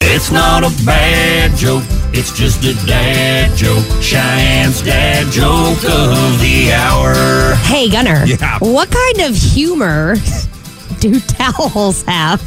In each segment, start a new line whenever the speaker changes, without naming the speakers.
It's not a bad joke. It's just a dad joke. Cheyenne's dad joke of the hour.
Hey, Gunner.
Yeah.
What kind of humor do towels have?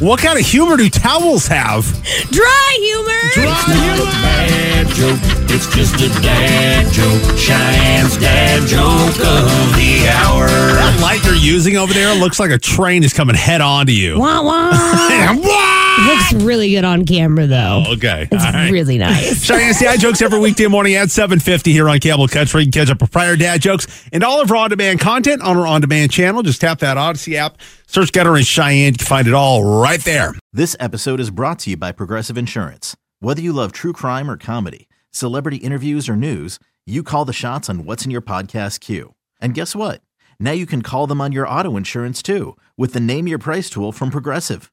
What kind of humor do towels have?
Dry humor.
It's not a bad joke. It's just a dad joke. Cheyenne's dad joke of the hour.
That light you're using over there looks like a train is coming head on to you.
Wah wah. Looks really good on camera though.
okay.
It's
all right.
really Oh, nice.
Cheyenne's dad jokes every weekday morning at 7.50 here on Cable Country. You can catch up with prior dad jokes and all of our on-demand content on our on-demand channel. Just tap that Odyssey app, search Gutter and Cheyenne. You can find it all right there.
This episode is brought to you by Progressive Insurance. Whether you love true crime or comedy, celebrity interviews or news, you call the shots on what's in your podcast queue. And guess what? Now you can call them on your auto insurance too with the Name Your Price tool from Progressive.